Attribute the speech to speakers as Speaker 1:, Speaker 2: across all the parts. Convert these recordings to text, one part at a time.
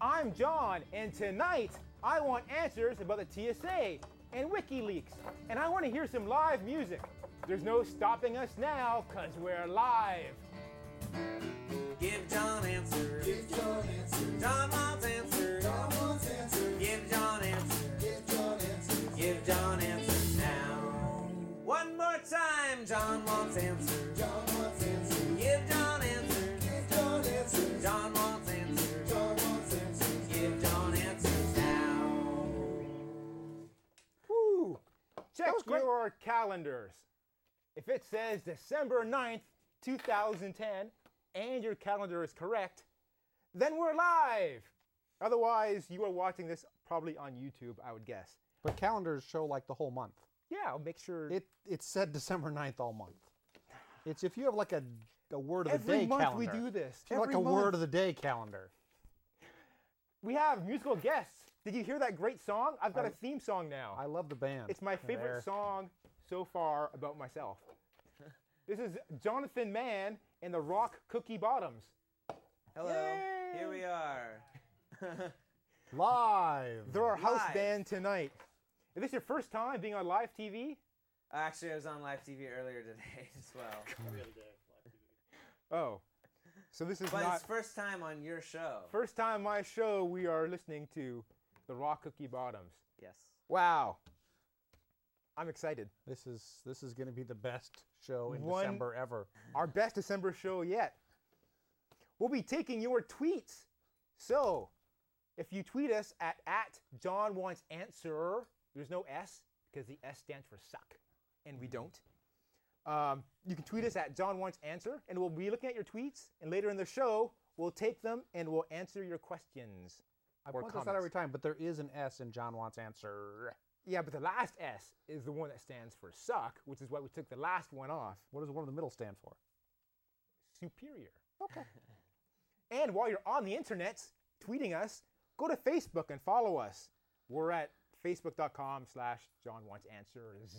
Speaker 1: I'm John, and tonight I want answers about the TSA and WikiLeaks, and I want to hear some live music. There's no stopping us now, because we're live.
Speaker 2: Give John answers.
Speaker 3: Give John answers.
Speaker 2: John wants answers.
Speaker 3: John wants answers.
Speaker 2: Give John answers.
Speaker 3: Give John answers.
Speaker 2: Give John answers now. One more time. John wants answers.
Speaker 3: John wants answers.
Speaker 2: Give John answers.
Speaker 3: Give John answers.
Speaker 2: John wants answers.
Speaker 3: John wants answers.
Speaker 2: Give John answers now.
Speaker 1: Woo! Check
Speaker 4: was great.
Speaker 1: your calendars. If it says December 9th, 2010, and your calendar is correct, then we're live. Otherwise, you are watching this probably on YouTube, I would guess.
Speaker 4: But calendars show like the whole month.
Speaker 1: Yeah, I'll make sure
Speaker 4: It it said December 9th all month. It's if you have like a, a word of the
Speaker 1: every
Speaker 4: day
Speaker 1: month
Speaker 4: calendar.
Speaker 1: we do this.
Speaker 4: It's like
Speaker 1: Every
Speaker 4: a
Speaker 1: month.
Speaker 4: word of the day calendar.
Speaker 1: We have musical guests. Did you hear that great song? I've got a
Speaker 4: I-
Speaker 1: theme song now.
Speaker 4: I love the band.
Speaker 1: It's my favorite
Speaker 4: There.
Speaker 1: song so far about myself. this is Jonathan Mann and the Rock Cookie Bottoms.
Speaker 2: Hello.
Speaker 1: Yay.
Speaker 2: Here we are.
Speaker 4: Live.
Speaker 1: They're our house
Speaker 2: Live.
Speaker 1: band tonight. Is this your first time being on live TV?
Speaker 2: Actually, I was on live TV earlier today as well.
Speaker 1: Oh, so this is
Speaker 2: But
Speaker 1: not
Speaker 2: it's first time on your show.
Speaker 1: first time my show. We are listening to the Raw Cookie Bottoms.
Speaker 2: Yes.
Speaker 1: Wow, I'm excited.
Speaker 4: This is this is going to be the best show in
Speaker 1: One-
Speaker 4: December ever.
Speaker 1: Our best December show yet. We'll be taking your tweets. So, if you tweet us at at John wants answer, there's no S because the S stands for suck, and we don't. Um, you can tweet us at John Wants Answer, and we'll be looking at your tweets. And later in the show, we'll take them and we'll answer your questions.
Speaker 4: I
Speaker 1: Or
Speaker 4: point this out
Speaker 1: comments.
Speaker 4: every time, but there is an S in John Wants Answer.
Speaker 1: Yeah, but the last S is the one that stands for suck, which is why we took the last one off.
Speaker 4: What does the one in the middle stand for?
Speaker 1: Superior. Okay. and while you're on the internet tweeting us, go to Facebook and follow us. We're at facebook.com slash John Wants Answers.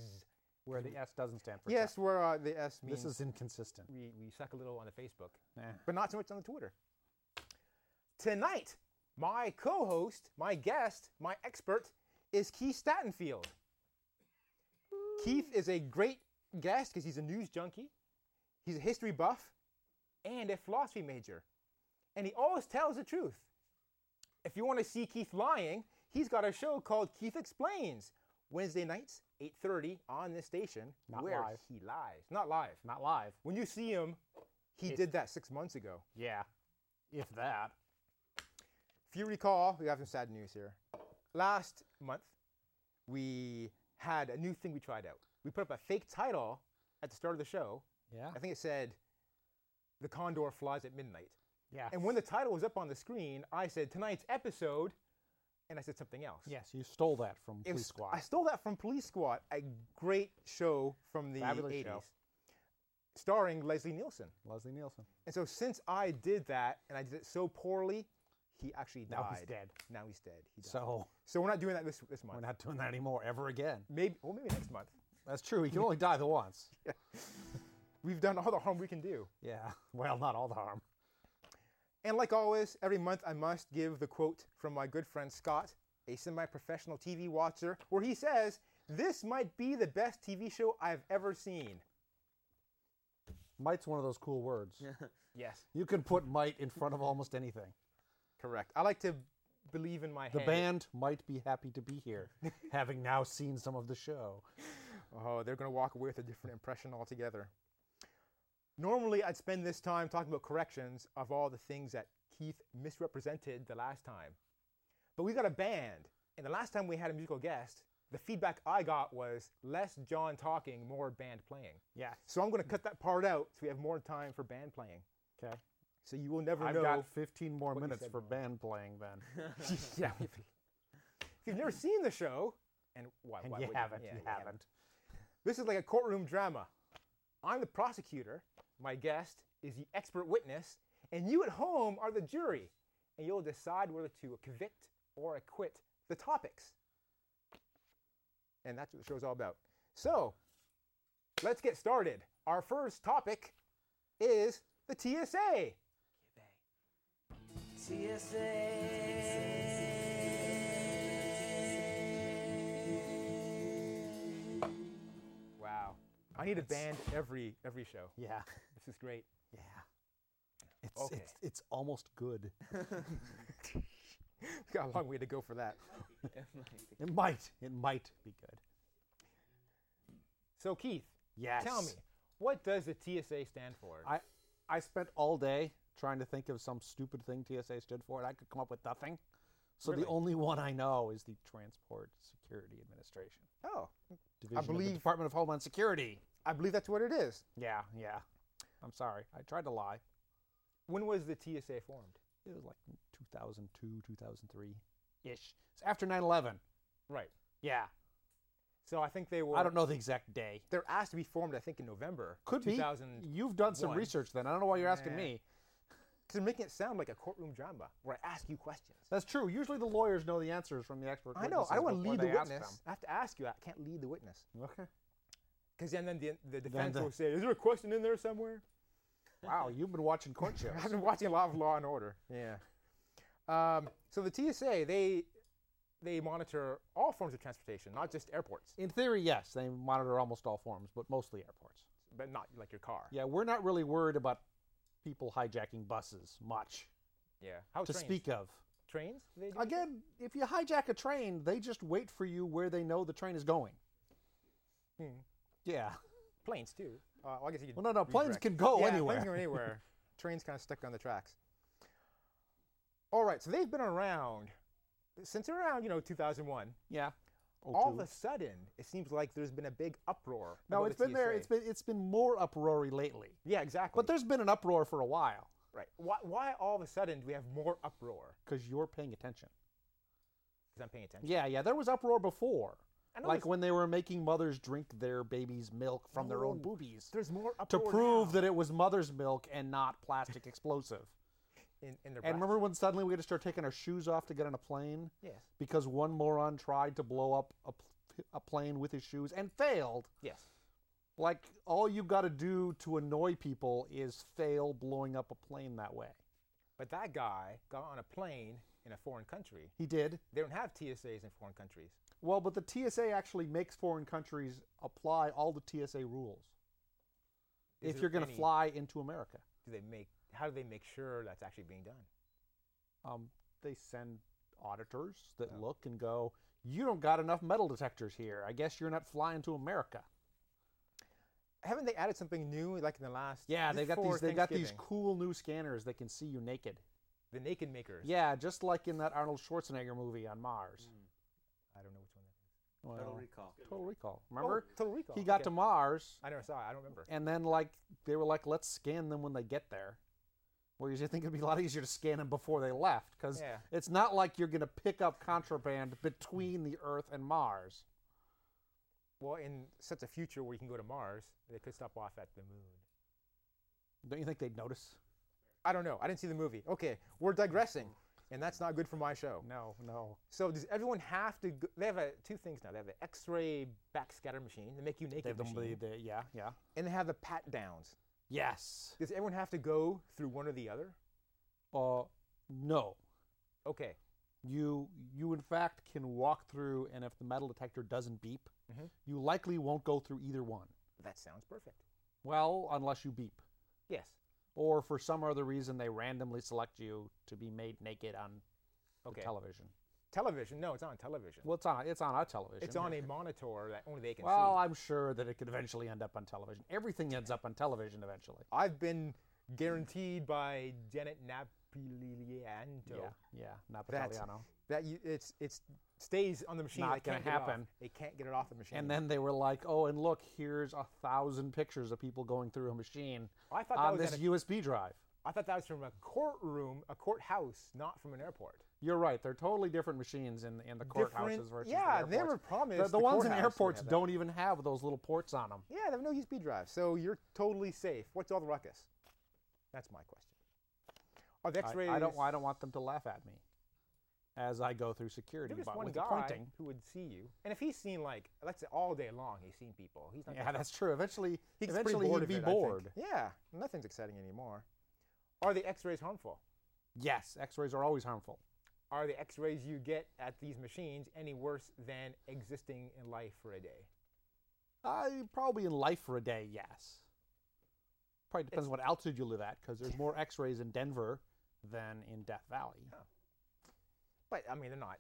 Speaker 4: Where the S doesn't stand for.
Speaker 1: Yes, we're uh, the S means
Speaker 4: This is inconsistent.
Speaker 1: we, we suck a little on the Facebook,
Speaker 4: Eh.
Speaker 1: but not so much on the Twitter. Tonight, my co-host, my guest, my expert is Keith Statenfield. Keith is a great guest because he's a news junkie, he's a history buff, and a philosophy major, and he always tells the truth. If you want to see Keith lying, he's got a show called Keith Explains. Wednesday nights, 8:30 on this station,
Speaker 4: Not
Speaker 1: where
Speaker 4: live.
Speaker 1: he lies. Not live.
Speaker 4: Not live.
Speaker 1: When you see him, he did that six months ago.
Speaker 4: Yeah. If that.
Speaker 1: If you recall, we have some sad news here. Last month, we had a new thing we tried out. We put up a fake title at the start of the show.
Speaker 4: Yeah.
Speaker 1: I think it said, The Condor Flies at Midnight.
Speaker 4: Yeah.
Speaker 1: And when the title was up on the screen, I said, Tonight's episode, and I said something else.
Speaker 4: Yes, you stole that from
Speaker 1: It was-
Speaker 4: Police Squad.
Speaker 1: I stole that from Police Squad, a great show from the
Speaker 4: Fabulous
Speaker 1: 80s,
Speaker 4: show.
Speaker 1: starring Leslie Nielsen.
Speaker 4: Leslie Nielsen.
Speaker 1: And so since I did that, and I did it so poorly, he actually died.
Speaker 4: Now he's dead.
Speaker 1: Now he's dead. He died.
Speaker 4: So
Speaker 1: So we're not doing that this this month.
Speaker 4: we're not doing that anymore ever again.
Speaker 1: Maybe well maybe next month.
Speaker 4: That's true. He can only die the once.
Speaker 1: We've done all the harm we can do.
Speaker 4: Yeah. Well, not all the harm.
Speaker 1: And like always, every month I must give the quote from my good friend Scott, a semi-professional TV watcher, where he says, "This might be the best TV show I've ever seen."
Speaker 4: Might's one of those cool words.
Speaker 1: Yes,
Speaker 4: You can put might in front of almost anything.
Speaker 1: correct. I like to believe in my
Speaker 4: The
Speaker 1: head.
Speaker 4: band might be happy to be here, having now seen some of the show.
Speaker 1: Oh, they're going to walk away with a different impression altogether. Normally, I'd spend this time talking about corrections of all the things that Keith misrepresented the last time. But we got a band, and the last time we had a musical guest, the feedback I got was less John talking, more band playing.
Speaker 4: Yes.
Speaker 1: So I'm going to cut that part out so we have more time for band playing.
Speaker 4: Okay.
Speaker 1: So you will never
Speaker 4: I've
Speaker 1: know.
Speaker 4: got 15 more
Speaker 1: you
Speaker 4: minutes
Speaker 1: said
Speaker 4: for
Speaker 1: now.
Speaker 4: band playing then.
Speaker 1: yeah. If you've never seen the show, and why?
Speaker 4: And
Speaker 1: why
Speaker 4: you
Speaker 1: would
Speaker 4: haven't.
Speaker 1: Yeah,
Speaker 4: you haven't.
Speaker 1: This is like a courtroom drama. I'm the prosecutor, my guest is the expert witness, and you at home are the jury, and you'll decide whether to convict or acquit the topics. And that's what the show's all about. So, let's get started. Our first topic is the TSA.
Speaker 2: TSA.
Speaker 1: I need a band every every show.
Speaker 4: Yeah.
Speaker 1: This is great.
Speaker 4: Yeah. It's,
Speaker 1: Okay.
Speaker 4: it's, it's almost good.
Speaker 1: We've got a long way to go for that.
Speaker 2: Oh
Speaker 4: It might. It might be good.
Speaker 1: So Keith,
Speaker 4: Yes.
Speaker 1: tell me, what does the TSA stand for?
Speaker 4: I, I spent all day trying to think of some stupid thing TSA stood for, and I could come up with nothing. So
Speaker 1: Really?
Speaker 4: the only one I know is the Transport Security Administration,
Speaker 1: oh,
Speaker 4: division of
Speaker 1: believe-
Speaker 4: the Department of Homeland Security.
Speaker 1: I believe that's what it is.
Speaker 4: Yeah, yeah. I'm sorry. I tried to lie.
Speaker 1: When was the TSA formed?
Speaker 4: It was like 2002, 2003 ish. It's after 9 11.
Speaker 1: Right.
Speaker 4: Yeah.
Speaker 1: So I think they were.
Speaker 4: I don't know the exact day.
Speaker 1: They're asked to be formed, I think, in November.
Speaker 4: Could be.
Speaker 1: 2000,
Speaker 4: You've done some
Speaker 1: one.
Speaker 4: research then. I don't know why you're asking
Speaker 1: Nah.
Speaker 4: me.
Speaker 1: Because they're making it sound like a courtroom drama where I ask you questions.
Speaker 4: That's true. Usually the lawyers know the answers from the expert.
Speaker 1: I know. I don't
Speaker 4: witnesses
Speaker 1: want to lead the
Speaker 4: before they ask
Speaker 1: witness. I have to ask you. I can't lead the witness.
Speaker 4: them. Okay.
Speaker 1: Because then, then the, the defense
Speaker 4: the-
Speaker 1: will say, "Is there a question in there somewhere?"
Speaker 4: Wow, you've been watching court shows.
Speaker 1: I've been watching a lot of Law and Order. Yeah. Um, so the TSA they they monitor all forms of transportation, not just airports,
Speaker 4: In theory, yes, they monitor almost all forms, but mostly airports.
Speaker 1: but not like your car.
Speaker 4: Yeah, we're not really worried about people hijacking buses much
Speaker 1: Yeah. How
Speaker 4: to
Speaker 1: Oh, trains?
Speaker 4: speak of.
Speaker 1: trains? They do?
Speaker 4: Again, if you hijack a train, they just wait for you where they know the train is going.
Speaker 1: Hmm.
Speaker 4: Yeah.
Speaker 1: planes too. Uh, well, I guess you could
Speaker 4: Well, no, no, planes
Speaker 1: redirect.
Speaker 4: can go
Speaker 1: yeah,
Speaker 4: anywhere.
Speaker 1: Planes can go anywhere. Trains kind of stuck on the tracks. All right, so they've been around since around you know 2001.
Speaker 4: Yeah.
Speaker 1: all
Speaker 4: O2.
Speaker 1: of a sudden, it seems like there's been a big uproar.
Speaker 4: no,
Speaker 1: about
Speaker 4: it's
Speaker 1: the
Speaker 4: been there.
Speaker 1: TSA.
Speaker 4: It's been it's been more uproary lately.
Speaker 1: yeah, exactly.
Speaker 4: But there's been an uproar for a while
Speaker 1: right. Why, why all of a sudden do we have more uproar?
Speaker 4: because you're paying attention.
Speaker 1: Because I'm paying attention.
Speaker 4: Yeah, yeah. There was uproar before,
Speaker 1: I know
Speaker 4: like
Speaker 1: there's-
Speaker 4: when they were making mothers drink their babies' milk from their own
Speaker 1: No,
Speaker 4: boobies
Speaker 1: There's more
Speaker 4: to
Speaker 1: uproar
Speaker 4: prove
Speaker 1: now
Speaker 4: that it was mother's milk and not plastic explosive.
Speaker 1: in, in their
Speaker 4: And
Speaker 1: breasts.
Speaker 4: remember when suddenly we had to start taking our shoes off to get on a plane
Speaker 1: Yes.
Speaker 4: because one moron tried to blow up a, pl- a plane with his shoes and failed?
Speaker 1: Yes.
Speaker 4: Like all you got to do to annoy people is fail blowing up a plane that way.
Speaker 1: But that guy got on a plane in a foreign country.
Speaker 4: He did.
Speaker 1: They don't have TSAs in foreign countries.
Speaker 4: Well, but the TSA actually makes foreign countries apply all the TSA rules
Speaker 1: Is
Speaker 4: if
Speaker 1: there
Speaker 4: you're going to
Speaker 1: any-
Speaker 4: fly into America.
Speaker 1: Do they make? How do they make sure that's actually being done?
Speaker 4: Um, they send auditors that
Speaker 1: Oh.
Speaker 4: look and go, "You don't got enough metal detectors here. I guess you're not flying to America."
Speaker 1: Haven't they added something new, like in the last?
Speaker 4: Yeah,
Speaker 1: just
Speaker 4: they've got
Speaker 1: for
Speaker 4: these. They got these
Speaker 1: Thanksgiving,
Speaker 4: cool new scanners that can see you naked.
Speaker 1: the naked makers.
Speaker 4: Yeah, just like in that Arnold Schwarzenegger movie on Mars.
Speaker 1: I don't know which one. That
Speaker 2: Total
Speaker 4: Well,
Speaker 2: recall.
Speaker 4: Mm. Total Recall.
Speaker 1: is.
Speaker 4: Remember,
Speaker 1: Oh, Total Recall.
Speaker 4: he got
Speaker 1: okay.
Speaker 4: to Mars,
Speaker 1: I never saw it. I don't remember.
Speaker 4: and then like they were like, "Let's scan them when they get there." Whereas you think it'd be a lot easier to scan them before they left, because
Speaker 1: Yeah.
Speaker 4: it's not like you're going to pick up contraband between the Earth and Mars.
Speaker 1: Well, in such a future where you can go to Mars, they could stop off at the moon.
Speaker 4: Don't you think they'd notice?
Speaker 1: I don't know. I didn't see the movie. Okay, we're digressing, and that's not good for my show.
Speaker 4: No, no.
Speaker 1: So does everyone have to? Go, they have a, two things now. They have the X-ray backscatter machine to make you naked,
Speaker 4: They have the,
Speaker 1: machine,
Speaker 4: the, the- yeah, yeah.
Speaker 1: and they have the pat downs.
Speaker 4: Yes.
Speaker 1: Does everyone have to go through one or the other?
Speaker 4: Uh, no.
Speaker 1: Okay.
Speaker 4: You you in fact can walk through, and if the metal detector doesn't beep,
Speaker 1: Mhm.
Speaker 4: you likely won't go through either one.
Speaker 1: That sounds perfect.
Speaker 4: Well, unless you beep,
Speaker 1: Yes.
Speaker 4: or for some other reason they randomly select you to be made naked on the
Speaker 1: Okay.
Speaker 4: television.
Speaker 1: television? No, it's on television.
Speaker 4: Well, it's on it's on our television.
Speaker 1: it's on a monitor that only they can
Speaker 4: Well,
Speaker 1: see.
Speaker 4: I'm sure that it could eventually end up on television. Everything ends up on television eventually.
Speaker 1: I've been guaranteed by Janet Napolianto.
Speaker 4: Yeah, yeah. Not
Speaker 1: That's-
Speaker 4: Italiano.
Speaker 1: that you, it's it's stays on the machine.
Speaker 4: Not
Speaker 1: they can't
Speaker 4: gonna
Speaker 1: get it off.
Speaker 4: happen.
Speaker 1: They can't get it off the machine.
Speaker 4: And then they were like, "Oh, and look, here's a thousand pictures of people going through a machine
Speaker 1: Oh, I thought that
Speaker 4: on
Speaker 1: was
Speaker 4: this
Speaker 1: at a-
Speaker 4: USB drive."
Speaker 1: I thought that was from a courtroom, a courthouse, not from an airport.
Speaker 4: You're right; they're totally different machines in in the
Speaker 1: Different-
Speaker 4: courthouses versus
Speaker 1: yeah,
Speaker 4: the
Speaker 1: they were
Speaker 4: airports.
Speaker 1: promised
Speaker 4: The,
Speaker 1: the
Speaker 4: ones in
Speaker 1: courthouse would
Speaker 4: airports
Speaker 1: have that.
Speaker 4: don't even have those little ports on them.
Speaker 1: Yeah, they have no USB drive, so you're totally safe. What's all the ruckus? That's my question. Are Oh, the X-rays?
Speaker 4: I, I don't. I don't want them to laugh at me as I go through security.
Speaker 1: You're just
Speaker 4: but
Speaker 1: one
Speaker 4: with
Speaker 1: guy
Speaker 4: the pointing.
Speaker 1: who would see you, and if he's seen like let's say all day long, he's seen people. He's not.
Speaker 4: Yeah,
Speaker 1: gonna-
Speaker 4: that's true. Eventually,
Speaker 1: he gets pretty
Speaker 4: eventually
Speaker 1: bored
Speaker 4: he'd
Speaker 1: of
Speaker 4: be
Speaker 1: it, I think.
Speaker 4: bored.
Speaker 1: Yeah, nothing's exciting anymore. Are the X-rays harmful?
Speaker 4: Yes, X-rays are always harmful.
Speaker 1: Are the X-rays you get at these machines any worse than existing in life for a day?
Speaker 4: Uh, probably in life for a day, yes. Probably depends on what altitude you live at, because there's more X-rays in Denver than in Death Valley.
Speaker 1: But I mean, they're not.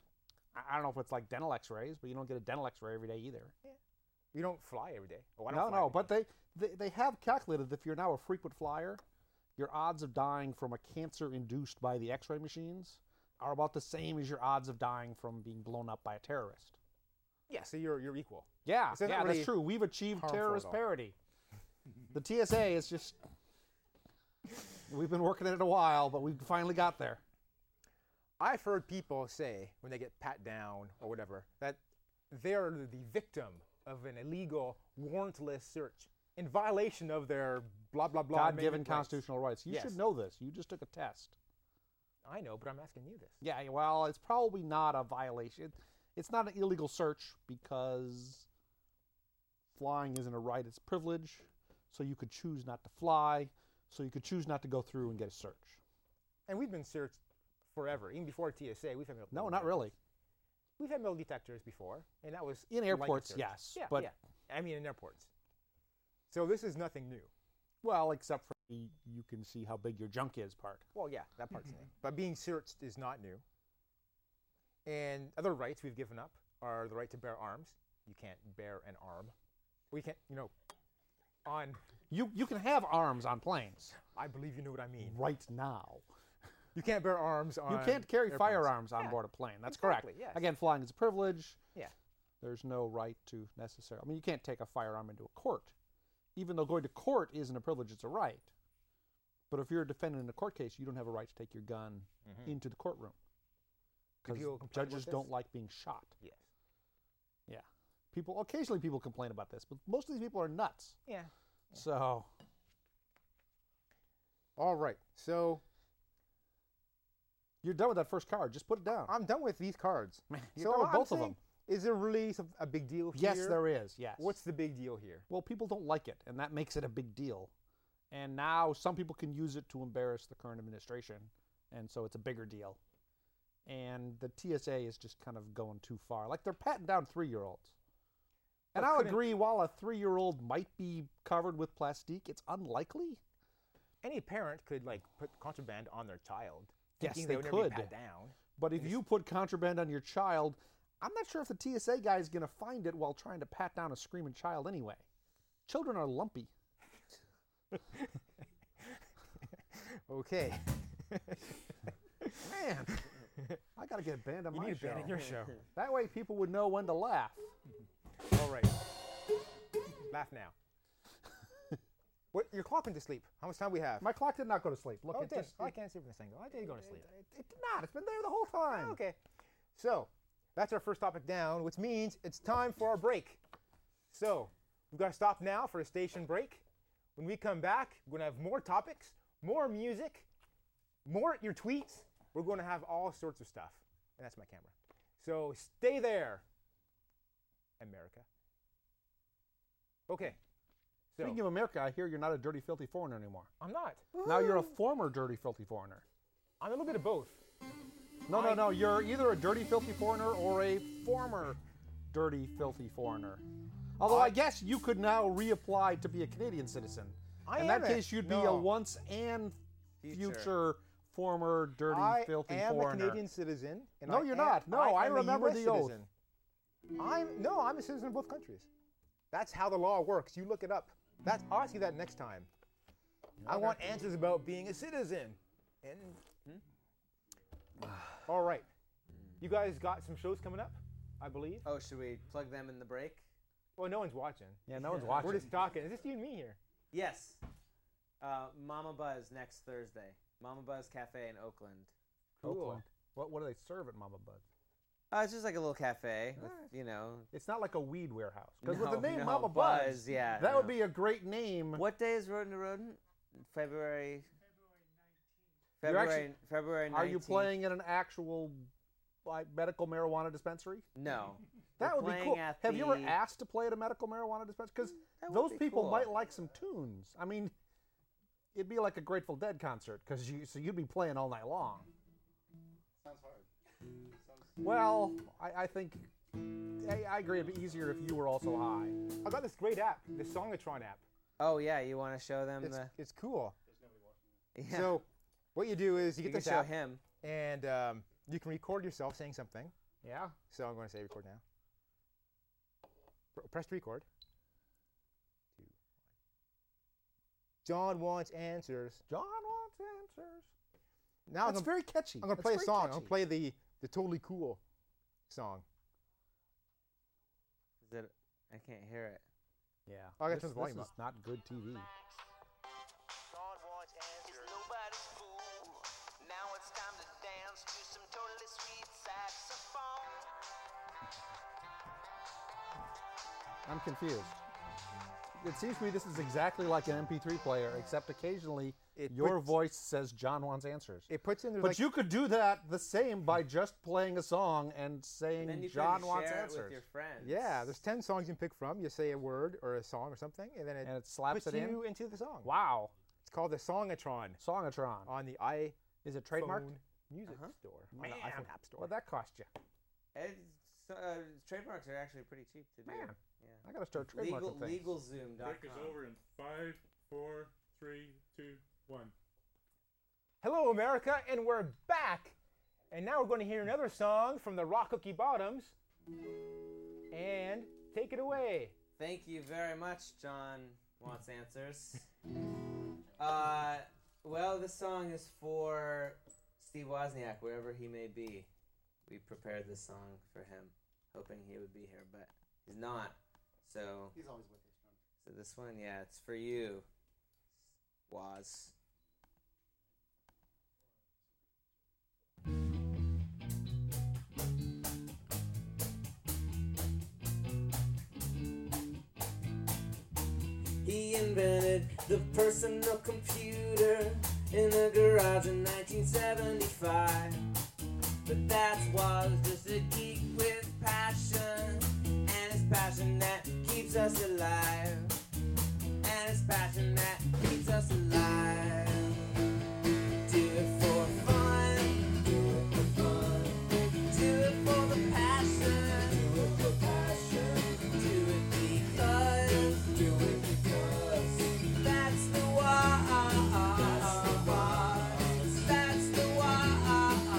Speaker 4: I, I don't know if it's like dental X-rays, but you don't get a dental X-ray every day either.
Speaker 1: You don't fly every day. Oh, I don't
Speaker 4: No,
Speaker 1: fly
Speaker 4: no,
Speaker 1: every
Speaker 4: but
Speaker 1: day.
Speaker 4: they, they they have calculated that if you're now a frequent flyer, your odds of dying from a cancer induced by the X-ray machines are about the same as your odds of dying from being blown up by a terrorist.
Speaker 1: yeah. So you're you're equal.
Speaker 4: Yeah,
Speaker 1: It's not
Speaker 4: yeah,
Speaker 1: really
Speaker 4: that's true. We've achieved
Speaker 1: harmful at
Speaker 4: terrorist
Speaker 1: all.
Speaker 4: parody. The TSA is just. We've been working at it a while, but we finally got there.
Speaker 1: I've heard people say when they get pat down or whatever that they're the victim of an illegal, warrantless search in violation of their blah blah blah.
Speaker 4: God given
Speaker 1: amendment rights.
Speaker 4: constitutional rights. You
Speaker 1: Yes.
Speaker 4: should know this. You just took a test.
Speaker 1: I know, but I'm asking you this.
Speaker 4: Yeah, y- well, it's probably not a violation. It's not an illegal search because flying isn't a right, it's a privilege. So you could choose not to fly. So you could choose not to go through and get a search.
Speaker 1: And we've been searched forever, even before TSA. We've had metal
Speaker 4: No, not really.
Speaker 1: We've had metal detectors before, and that was
Speaker 4: In
Speaker 1: light
Speaker 4: airports,
Speaker 1: search.
Speaker 4: yes,
Speaker 1: Yeah,
Speaker 4: but-
Speaker 1: yeah. I mean, in airports. So this is nothing new.
Speaker 4: Well, except for the you can see how big your junk is part.
Speaker 1: Well, yeah, that part's
Speaker 4: Mm-hmm.
Speaker 1: new. But being searched is not new. And other rights we've given up are the right to bear arms. You can't bear an arm. We can't, you know, on.
Speaker 4: You you can have arms on planes
Speaker 1: I believe you know what I mean.
Speaker 4: right now.
Speaker 1: You can't bear arms on.
Speaker 4: You can't carry
Speaker 1: airplanes.
Speaker 4: firearms on
Speaker 1: Yeah,
Speaker 4: board a plane. That's
Speaker 1: exactly,
Speaker 4: correct.
Speaker 1: yes.
Speaker 4: Again, flying is a privilege.
Speaker 1: Yeah.
Speaker 4: There's no right to necessarily. I mean, you can't take a firearm into a court, even though going to court isn't a privilege; it's a right. But if you're a defendant in a court case, you don't have a right to take your gun
Speaker 1: Mm-hmm.
Speaker 4: into the courtroom
Speaker 1: Do
Speaker 4: because
Speaker 1: people complain about
Speaker 4: judges
Speaker 1: this?
Speaker 4: don't like being shot.
Speaker 1: Yes.
Speaker 4: Yeah. People occasionally people complain about this, but most of these people are nuts.
Speaker 1: Yeah.
Speaker 4: So
Speaker 1: All right. So
Speaker 4: you're done with that first card. Just put it down.
Speaker 1: I'm done with these cards.
Speaker 4: you're
Speaker 1: so
Speaker 4: done with
Speaker 1: I'm
Speaker 4: both of
Speaker 1: saying,
Speaker 4: them.
Speaker 1: Is there really some- a big deal here?
Speaker 4: yes, there is. Yes.
Speaker 1: What's the big deal here?
Speaker 4: Well, people don't like it, and that makes it a big deal. And now some people can use it to embarrass the current administration, and so it's a bigger deal. And the TSA is just kind of going too far. Like they're patting down three year olds. And
Speaker 1: But
Speaker 4: I'll
Speaker 1: couldn't-
Speaker 4: agree, while a three year old might be covered with plastique, it's unlikely.
Speaker 1: Any parent could like put contraband on their child,
Speaker 4: Yes,
Speaker 1: thinking
Speaker 4: they
Speaker 1: would never be
Speaker 4: could.
Speaker 1: pat down.
Speaker 4: But if you put contraband on your child, I'm not sure if the TSA guy is going to find it while trying to pat down a screaming child anyway. Children are lumpy.
Speaker 1: Okay.
Speaker 4: Man, I got to get a band on
Speaker 1: You
Speaker 4: my
Speaker 1: need a
Speaker 4: show.
Speaker 1: band in your show.
Speaker 4: That way people would know when to laugh.
Speaker 1: All right. Laugh now. what? You're clocking to sleep. How much time we have?
Speaker 4: My clock did not go to sleep. Look,
Speaker 1: oh,
Speaker 4: it
Speaker 1: it did.
Speaker 4: just-
Speaker 1: Oh, I
Speaker 4: it-
Speaker 1: can't see from this angle. I did go to sleep.
Speaker 4: it, it did not. It's been there the whole time.
Speaker 1: Okay. So that's our first topic down, which means it's time for our break. So we've got to stop now for a station break. When we come back, we're gonna have more topics, more music, more your tweets. We're gonna have all sorts of stuff. And that's my camera. So stay there, America. Okay. So
Speaker 4: Speaking of America, I hear you're not a dirty, filthy foreigner anymore.
Speaker 1: I'm not.
Speaker 4: Now you're a former dirty, filthy foreigner.
Speaker 1: I'm a little bit of both.
Speaker 4: No, no, no. You're either a dirty, filthy foreigner or a former dirty, filthy foreigner. Although I, guess you could now reapply to be a Canadian citizen.
Speaker 1: I
Speaker 4: In
Speaker 1: am
Speaker 4: that
Speaker 1: a-
Speaker 4: case, you'd be a
Speaker 1: no.
Speaker 4: once and future,
Speaker 1: Future.
Speaker 4: former dirty,
Speaker 1: I
Speaker 4: filthy
Speaker 1: am
Speaker 4: foreigner.
Speaker 1: a Canadian citizen. And
Speaker 4: No,
Speaker 1: I
Speaker 4: you're
Speaker 1: am-
Speaker 4: not. No, I
Speaker 1: am a
Speaker 4: remember
Speaker 1: US
Speaker 4: the oath.
Speaker 1: citizen. I'm no, I'm a citizen of both countries. That's how the law works. You look it up. That's I'll ask you that next time. I want answers about being a citizen. And hmm? all right, you guys got some shows coming up, I believe.
Speaker 2: Oh, should we plug them in the break?
Speaker 1: Well, no one's watching.
Speaker 4: Yeah, no one's
Speaker 2: We're
Speaker 4: watching.
Speaker 1: We're just talking. Is this you and me here?
Speaker 2: Yes. Uh, Mama Buzz next Thursday. Mama Buzz Cafe in Oakland.
Speaker 1: Cool.
Speaker 4: Oakland. What, what do they serve at Mama Buzz?
Speaker 2: Uh, it's just like a little cafe, with, you know.
Speaker 4: It's not like a weed warehouse. Because with
Speaker 2: No,
Speaker 4: the name
Speaker 2: no,
Speaker 4: Mama Buzz,
Speaker 2: Buzz, yeah,
Speaker 4: that would
Speaker 2: no.
Speaker 4: be a great name.
Speaker 2: What day is Rodent to Rodent? February.
Speaker 4: You're
Speaker 2: February.
Speaker 4: actually-
Speaker 2: February. 19th.
Speaker 4: Are you playing at an actual like, medical marijuana dispensary?
Speaker 2: No.
Speaker 4: That
Speaker 2: We're
Speaker 4: would be
Speaker 2: playing
Speaker 4: cool.
Speaker 2: at
Speaker 4: Have you ever
Speaker 2: the- Mm,
Speaker 4: asked to play at a medical marijuana dispensary? Because
Speaker 2: that would
Speaker 4: those
Speaker 2: be
Speaker 4: people
Speaker 2: cool.
Speaker 4: might like some tunes. I mean, it'd be like a Grateful Dead concert because you so you'd be playing all night long.
Speaker 3: Sounds hard. Sounds
Speaker 4: Well, I, I think I, I agree. It'd be easier if you were also high.
Speaker 1: I got this great app, the Songatron app.
Speaker 2: Oh yeah, you want to show them
Speaker 1: It's,
Speaker 2: the?
Speaker 1: it's cool.
Speaker 2: Yeah,
Speaker 1: So, what you do is you
Speaker 2: you
Speaker 1: get
Speaker 2: can
Speaker 1: this
Speaker 2: show
Speaker 1: app,
Speaker 2: him.
Speaker 1: and um, you can record yourself saying something.
Speaker 4: Yeah.
Speaker 1: So I'm going to say record now. Pr- Press record. Two, one. John wants answers.
Speaker 4: John wants answers.
Speaker 1: Now
Speaker 4: That's
Speaker 1: I'm, gonna,
Speaker 4: very catchy.
Speaker 1: I'm gonna
Speaker 4: That's
Speaker 1: play a
Speaker 4: very
Speaker 1: song. I'm
Speaker 4: catchy.
Speaker 1: gonna play the the totally cool song.
Speaker 2: Is it? I can't hear it.
Speaker 4: Yeah.
Speaker 1: Oh, I gotta turn
Speaker 4: this,
Speaker 1: the
Speaker 4: this
Speaker 1: volume
Speaker 4: is not good TV.
Speaker 5: is nobody's fool. Now it's time to dance to some totally sweet saxophone.
Speaker 4: I'm confused. It seems to me this is exactly like an MP3 player, except occasionally
Speaker 1: It
Speaker 4: your
Speaker 1: puts-
Speaker 4: voice says John wants answers.
Speaker 1: It puts in there
Speaker 4: but
Speaker 1: like
Speaker 4: you could do that the same by just playing a song and saying
Speaker 2: Then you
Speaker 4: John
Speaker 2: can
Speaker 4: wants
Speaker 2: share
Speaker 4: answers.
Speaker 2: it with your friends.
Speaker 1: yeah, there's ten songs you can pick from. You say a word or a song or something, and then it,
Speaker 4: And it slaps
Speaker 1: puts
Speaker 4: it in?
Speaker 1: you into the song.
Speaker 4: Wow.
Speaker 1: It's called the Songatron
Speaker 4: Songatron.
Speaker 1: on the i
Speaker 4: Is it trademarked?
Speaker 1: phone music
Speaker 2: Uh-huh.
Speaker 1: store,
Speaker 4: Man,
Speaker 1: on the iPhone app store.
Speaker 4: What'd that cost you?
Speaker 2: It's, uh, trademarks are actually pretty cheap to do.
Speaker 4: Man.
Speaker 2: Yeah.
Speaker 4: I gotta start
Speaker 2: Legal,
Speaker 4: trademarking things.
Speaker 2: LegalZoom.com.
Speaker 6: Break is over in five, four, three, two, one.
Speaker 1: Hello, America, and we're back. And now we're going to hear another song from the Rock Cookie Bottoms. And take it away.
Speaker 2: Thank you very much, John wants answers. Uh, well, this song is for Steve Wozniak, wherever he may be. We prepared this song for him, hoping he would be here, but he's not. So,
Speaker 3: He's always with us.
Speaker 2: so this one, yeah, it's for you, Woz. He invented the personal computer in a garage in 1975. But that was just a geek with passion, and it's passion that keeps us alive. And it's passion that keeps us alive. Do it for fun. Do it for fun. Do it for the passion. Do it for passion. Do it because. Do it because. That's the why. That's the why. That's the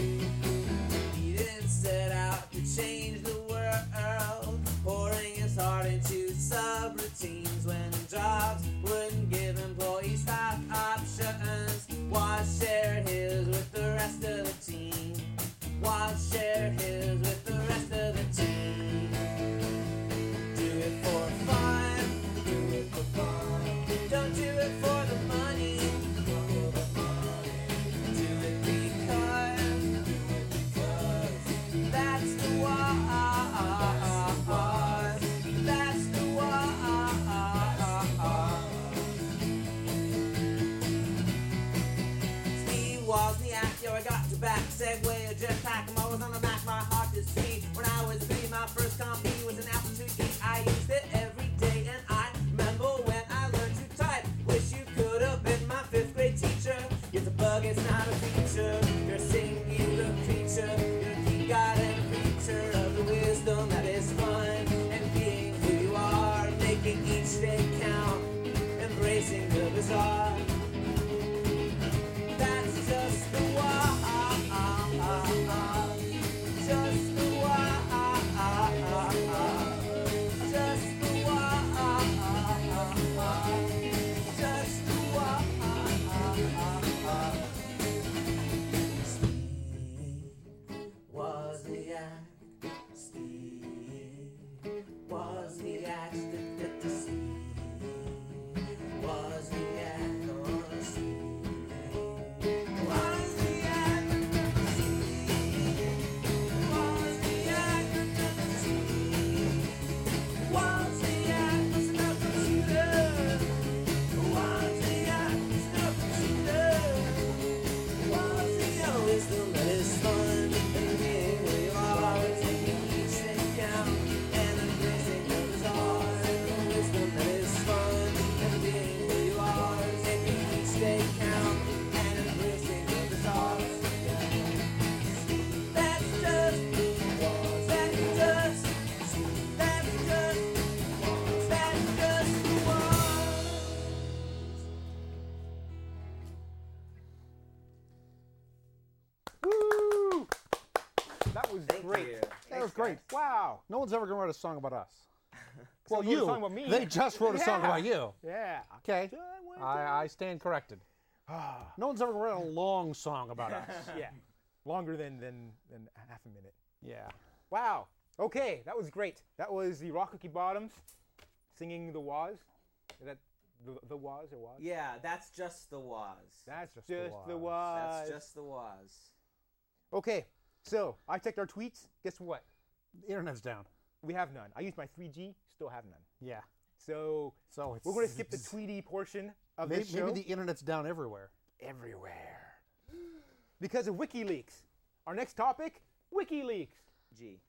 Speaker 2: He didn't set out to change the world, pouring his heart into subroutines when jobs wouldn't give employees stock options. Why share his with the rest of the team? Why share his with the rest of the team? Do it for fun. Do it for fun. Don't do it for the money. Do it because. That's the why. That's the why. Steve Wozniak, yo, I got your back. Segway, a jetpack. I'm always on the back. My heart is free. When I was three, my first company was an Apple II geek. I used it every day, and I remember when I learned to type. Wish you could have been my fifth grade teacher. It's a bug, it's not a feature. You're a singular creature. You're a geek god and a creature of the wisdom that is fun. And being who you are, making each day count. Embracing the bizarre. That's just the why. Just the why. Just the why. Just the why. Steve was the act. Steve was the act. Steve was the act.
Speaker 1: That was
Speaker 2: Thank
Speaker 1: great.
Speaker 2: you.
Speaker 4: That was
Speaker 2: Thanks,
Speaker 4: great.
Speaker 2: guys.
Speaker 1: Wow.
Speaker 4: No one's ever gonna write a song about us. well,
Speaker 1: wrote a
Speaker 4: you.
Speaker 1: song about me.
Speaker 4: They just wrote a song
Speaker 1: Yeah.
Speaker 4: about you.
Speaker 1: Yeah.
Speaker 4: Okay.
Speaker 1: John Wayne
Speaker 4: I, I stand corrected.
Speaker 1: Ah,
Speaker 4: No one's ever gonna write a long song about us.
Speaker 1: yeah. Longer than, than than half a minute.
Speaker 4: yeah.
Speaker 1: Wow. Okay, that was great. That was the Rocky Bottoms singing the Waz. Is that the, the Waz or Waz?
Speaker 2: Yeah, that's just the Waz.
Speaker 1: That's just,
Speaker 4: the
Speaker 1: the
Speaker 4: Waz.
Speaker 1: Waz.
Speaker 2: That's just the Waz.
Speaker 1: Okay, so I checked our tweets. Guess what?
Speaker 4: The internet's down.
Speaker 1: We have none. I used my 3G, still have none.
Speaker 4: Yeah.
Speaker 1: So
Speaker 4: So it's,
Speaker 1: we're going to skip the Tweety portion of
Speaker 4: Maybe,
Speaker 1: this show.
Speaker 4: maybe the internet's down everywhere.
Speaker 1: everywhere because of WikiLeaks. Our next topic: WikiLeaks.
Speaker 2: G.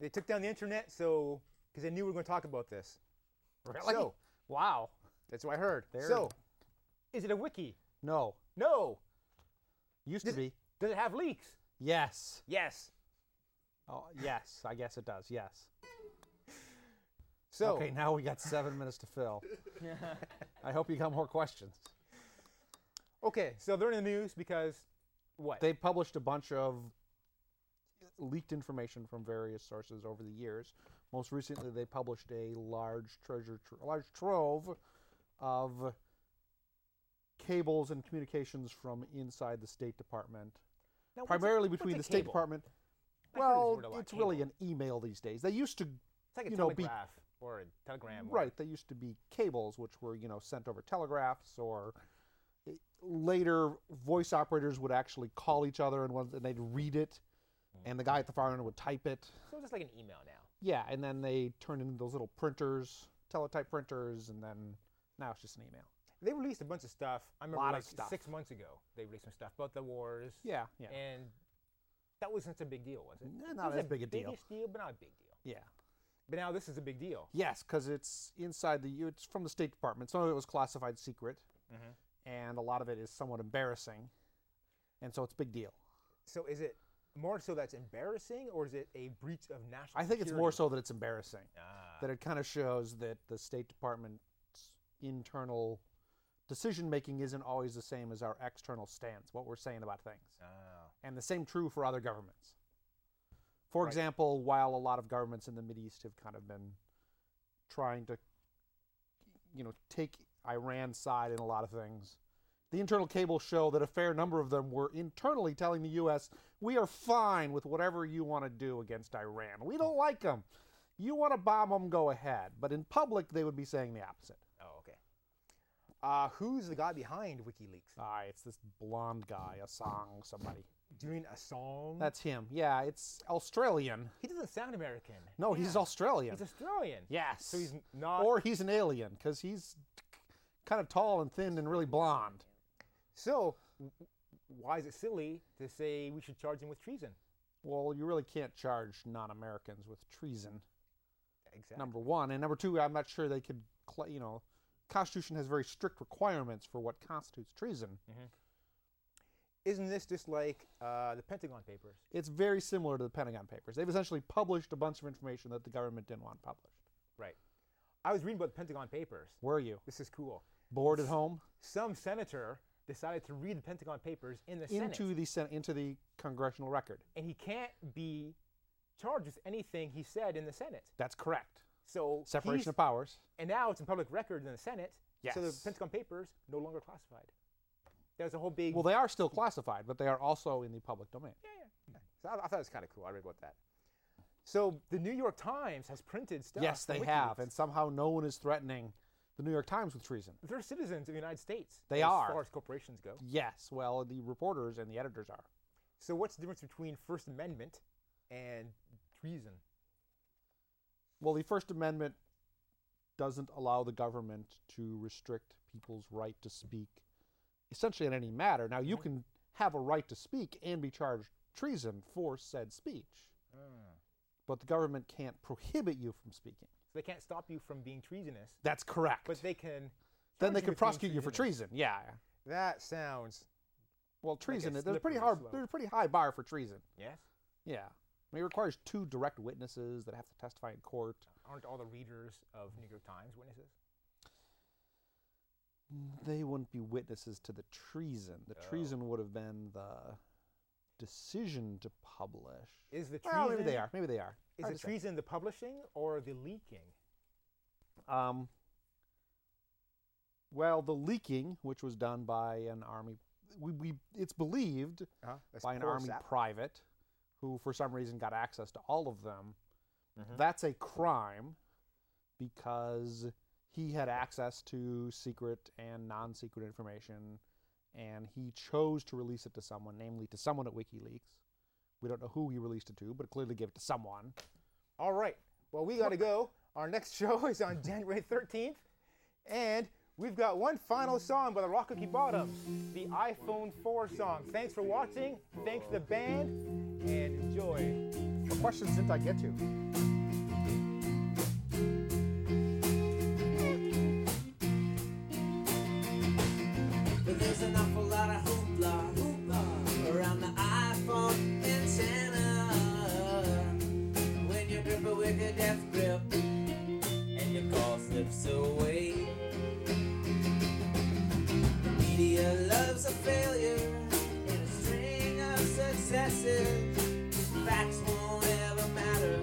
Speaker 1: They took down the internet so because they knew we were going to talk about this.
Speaker 4: Really?
Speaker 1: So-
Speaker 4: wow.
Speaker 1: That's what I heard.
Speaker 4: There-
Speaker 1: So, is it a wiki?
Speaker 4: No.
Speaker 1: No.
Speaker 4: Used
Speaker 1: This-
Speaker 4: to be.
Speaker 1: Does it have leaks?
Speaker 4: Yes.
Speaker 1: Yes.
Speaker 4: Oh, yes. I guess it does. Yes.
Speaker 1: So
Speaker 4: Okay, now we got seven minutes to fill. I hope you got more questions.
Speaker 1: okay, so they're in the news because what?
Speaker 4: They published a bunch of leaked information from various sources over the years. Most recently, they published a large treasure, tr- large trove of cables and communications from inside the State Department,
Speaker 1: Now, what's a-
Speaker 4: primarily
Speaker 1: what's
Speaker 4: between
Speaker 1: a
Speaker 4: the State
Speaker 1: cable?
Speaker 4: Department.
Speaker 1: I've heard this
Speaker 4: Well,
Speaker 1: word a lot,
Speaker 4: it's really
Speaker 1: cable.
Speaker 4: an email these days. They used to
Speaker 1: It's like a
Speaker 4: you know, be-
Speaker 1: telegraph or a telegram. or-
Speaker 4: Right. They used to be cables, which were you know sent over telegraphs, or i- later voice operators would actually call each other and, one, and they'd read it, and the guy at the far end would type it.
Speaker 1: So it's just like an email now.
Speaker 4: Yeah, and then they turned into those little printers, teletype printers, and then now it's just an email.
Speaker 1: They released a bunch of stuff. I remember
Speaker 4: Lot
Speaker 1: like
Speaker 4: of stuff.
Speaker 1: six months ago. They released some stuff about the wars.
Speaker 4: Yeah, yeah,
Speaker 1: And that wasn't such a big deal, was it?
Speaker 4: Nah,
Speaker 1: It
Speaker 4: not
Speaker 1: was
Speaker 4: as big a deal.
Speaker 1: Biggest deal, but not a big deal.
Speaker 4: yeah.
Speaker 1: But now this is a big deal.
Speaker 4: Yes, because it's inside the. It's from the State Department. Some of it was classified secret,
Speaker 1: Mhm.
Speaker 4: and a lot of it is somewhat embarrassing, and so it's a big deal.
Speaker 1: So is it more so that's embarrassing, or is it a breach of national?
Speaker 4: I think it's more
Speaker 1: security?
Speaker 4: so that it's embarrassing.
Speaker 1: Ah,
Speaker 4: that it kind of shows that the State Department's internal decision making isn't always the same as our external stance, what we're saying about things.
Speaker 1: ah.
Speaker 4: And the same true for other governments. For
Speaker 1: Right.
Speaker 4: example, while a lot of governments in the Mideast have kind of been trying to you know, take Iran's side in a lot of things, the internal cables show that a fair number of them were internally telling the US, "We are fine with whatever you want to do against Iran. We don't like them. You want to bomb them, go ahead." But in public, they would be saying the opposite.
Speaker 1: Oh, okay. Uh, who's the guy behind WikiLeaks?
Speaker 4: Ah, it's this blonde guy, Assange, somebody.
Speaker 1: Doing a song?
Speaker 4: That's him. Yeah, it's Australian.
Speaker 1: he doesn't sound American.
Speaker 4: No, he's
Speaker 1: Yeah.
Speaker 4: Australian.
Speaker 1: He's Australian.
Speaker 4: yes.
Speaker 1: So he's not.
Speaker 4: or he's an alien because he's kind of tall and thin and really blonde.
Speaker 1: so w- w- why is it silly to say we should charge him with treason?
Speaker 4: Well, you really can't charge non-Americans with treason.
Speaker 1: Exactly.
Speaker 4: number one and number two i'm not sure they could cla you know constitution has very strict requirements for what constitutes treason
Speaker 1: Mm. Isn't this just like uh, the Pentagon Papers?
Speaker 4: it's very similar to the pentagon papers they've essentially published a bunch of information that the government didn't want published
Speaker 1: Right. I was reading about the Pentagon Papers.
Speaker 4: were you
Speaker 1: This is cool.
Speaker 4: bored at home
Speaker 1: Some senator decided to read the Pentagon Papers in the Senate.
Speaker 4: into the sen- into the congressional record
Speaker 1: and he can't be charged with anything he said in the Senate.
Speaker 4: that's correct
Speaker 1: So
Speaker 4: separation
Speaker 1: he's-
Speaker 4: of powers
Speaker 1: and now it's in public record in the Senate. So the
Speaker 4: Yes.
Speaker 1: Pentagon Papers no longer classified. There's a whole big.
Speaker 4: well they are still classified but they are also in the public domain
Speaker 1: yeah, yeah, yeah. So I, I thought it was kind of cool. I read about that. So the New York Times has printed stuff.
Speaker 4: yes
Speaker 1: from
Speaker 4: they have
Speaker 1: WikiLeaks.
Speaker 4: and somehow no one is threatening the new york times with treason
Speaker 1: They're citizens of the United States.
Speaker 4: They
Speaker 1: as
Speaker 4: are.
Speaker 1: as far as corporations go.
Speaker 4: yes well the reporters and the editors are
Speaker 1: So what's the difference between First Amendment and treason?
Speaker 4: Well, the First Amendment doesn't allow the government to restrict people's right to speak essentially on any matter. Now,
Speaker 1: Mm-hmm.
Speaker 4: you can have a right to speak and be charged treason for said speech,
Speaker 1: Mm.
Speaker 4: but the government can't prohibit you from speaking.
Speaker 1: So they can't stop you from being treasonous,
Speaker 4: That's correct.
Speaker 1: but they can.
Speaker 4: then they
Speaker 1: charge
Speaker 4: can
Speaker 1: with being
Speaker 4: prosecute you for
Speaker 1: treasonous.
Speaker 4: treason. Yeah.
Speaker 1: That sounds
Speaker 4: Well, treason,
Speaker 1: a
Speaker 4: there's a pretty
Speaker 1: slippery
Speaker 4: hard,
Speaker 1: slope.
Speaker 4: there's a pretty high bar for treason.
Speaker 1: yes.
Speaker 4: Yeah. I mean, it requires two direct witnesses that have to testify in court.
Speaker 1: aren't all the readers of New York Times witnesses?
Speaker 4: They wouldn't be witnesses to the treason. The treason would have been the decision to publish.
Speaker 1: Is the treason,
Speaker 4: Well, maybe they are. Maybe they are.
Speaker 1: Is
Speaker 4: Hard
Speaker 1: the
Speaker 4: to say.
Speaker 1: treason the publishing or the leaking?
Speaker 4: Um, well, the leaking, which was done by an army, we, we it's believed
Speaker 1: Uh-huh. That's
Speaker 4: by an
Speaker 1: poor
Speaker 4: army
Speaker 1: sap.
Speaker 4: private, who for some reason got access to all of them. That's a crime, because he had access to secret and non-secret information, and he chose to release it to someone, namely to someone at WikiLeaks. We don't know who he released it to, but clearly gave it to someone.
Speaker 1: All right. Well, we got to go. Our next show is on January 13th. And we've got one final song by the Rocky Bottoms the iPhone 4 song. Thanks for watching. Thanks to the band. And enjoy.
Speaker 4: What questions didn't I get to?
Speaker 2: But there's an awful lot of hoopla, hoopla around the iPhone antenna. When you grip it with your death grip and your call slips away. The media loves a failure and a string of successes. Facts won't ever matter.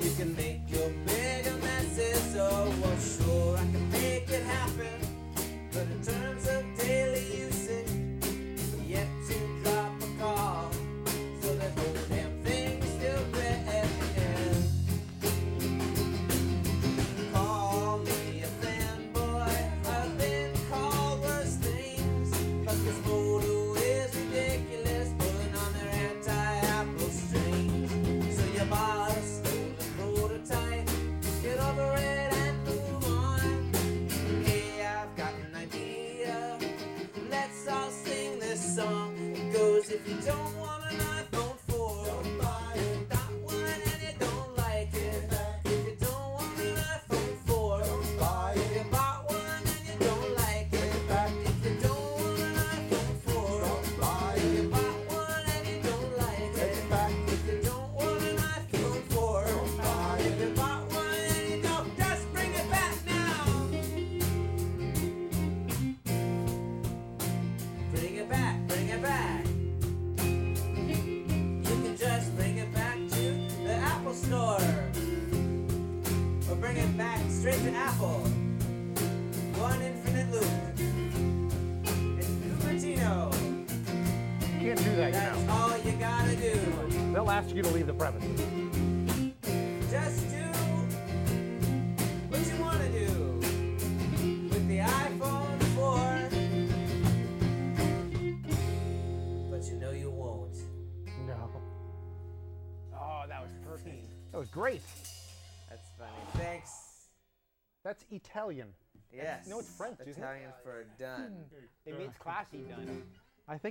Speaker 2: You can make your bigger messes. Oh, well, sure, I can make it happen. But in terms of daily usage, yet to drop a call. So that whole damn thing is still red. Call me a fanboy. I've been called worse things. But this photo is ridiculous. Pulling on their anti-Apple strings. So your boss stole the prototype. Get over it and move on. Hey, I've got an idea. Let's all sing this song. It goes if you don't want an iPhone 4. Don't buy it. Got one and you don't like it. If you don't want an iPhone 4. Don't buy it. If you bought one and you don't like it. If you don't want an iPhone 4. Don't buy it. If you bought one and you don't like it. If you don't want an iPhone 4. Don't buy it. If you bought one and you don't, just bring it back now. Bring it back, bring it back. You can just bring it back to the Apple Store. Or bring it back straight to Apple. One infinite loop. It's Cupertino.
Speaker 4: You can't do that.
Speaker 2: That's all you gotta do.
Speaker 4: They'll ask you to leave the premises.
Speaker 2: Just do what you wanna do. With the iPhone 4. But you know you won't.
Speaker 4: No.
Speaker 1: Oh, that was perfect.
Speaker 4: That was great.
Speaker 2: That's funny. Thanks.
Speaker 4: That's Italian.
Speaker 2: Yes.
Speaker 1: no, it's French, isn't it?
Speaker 2: Italian for done.
Speaker 1: They made it classy done.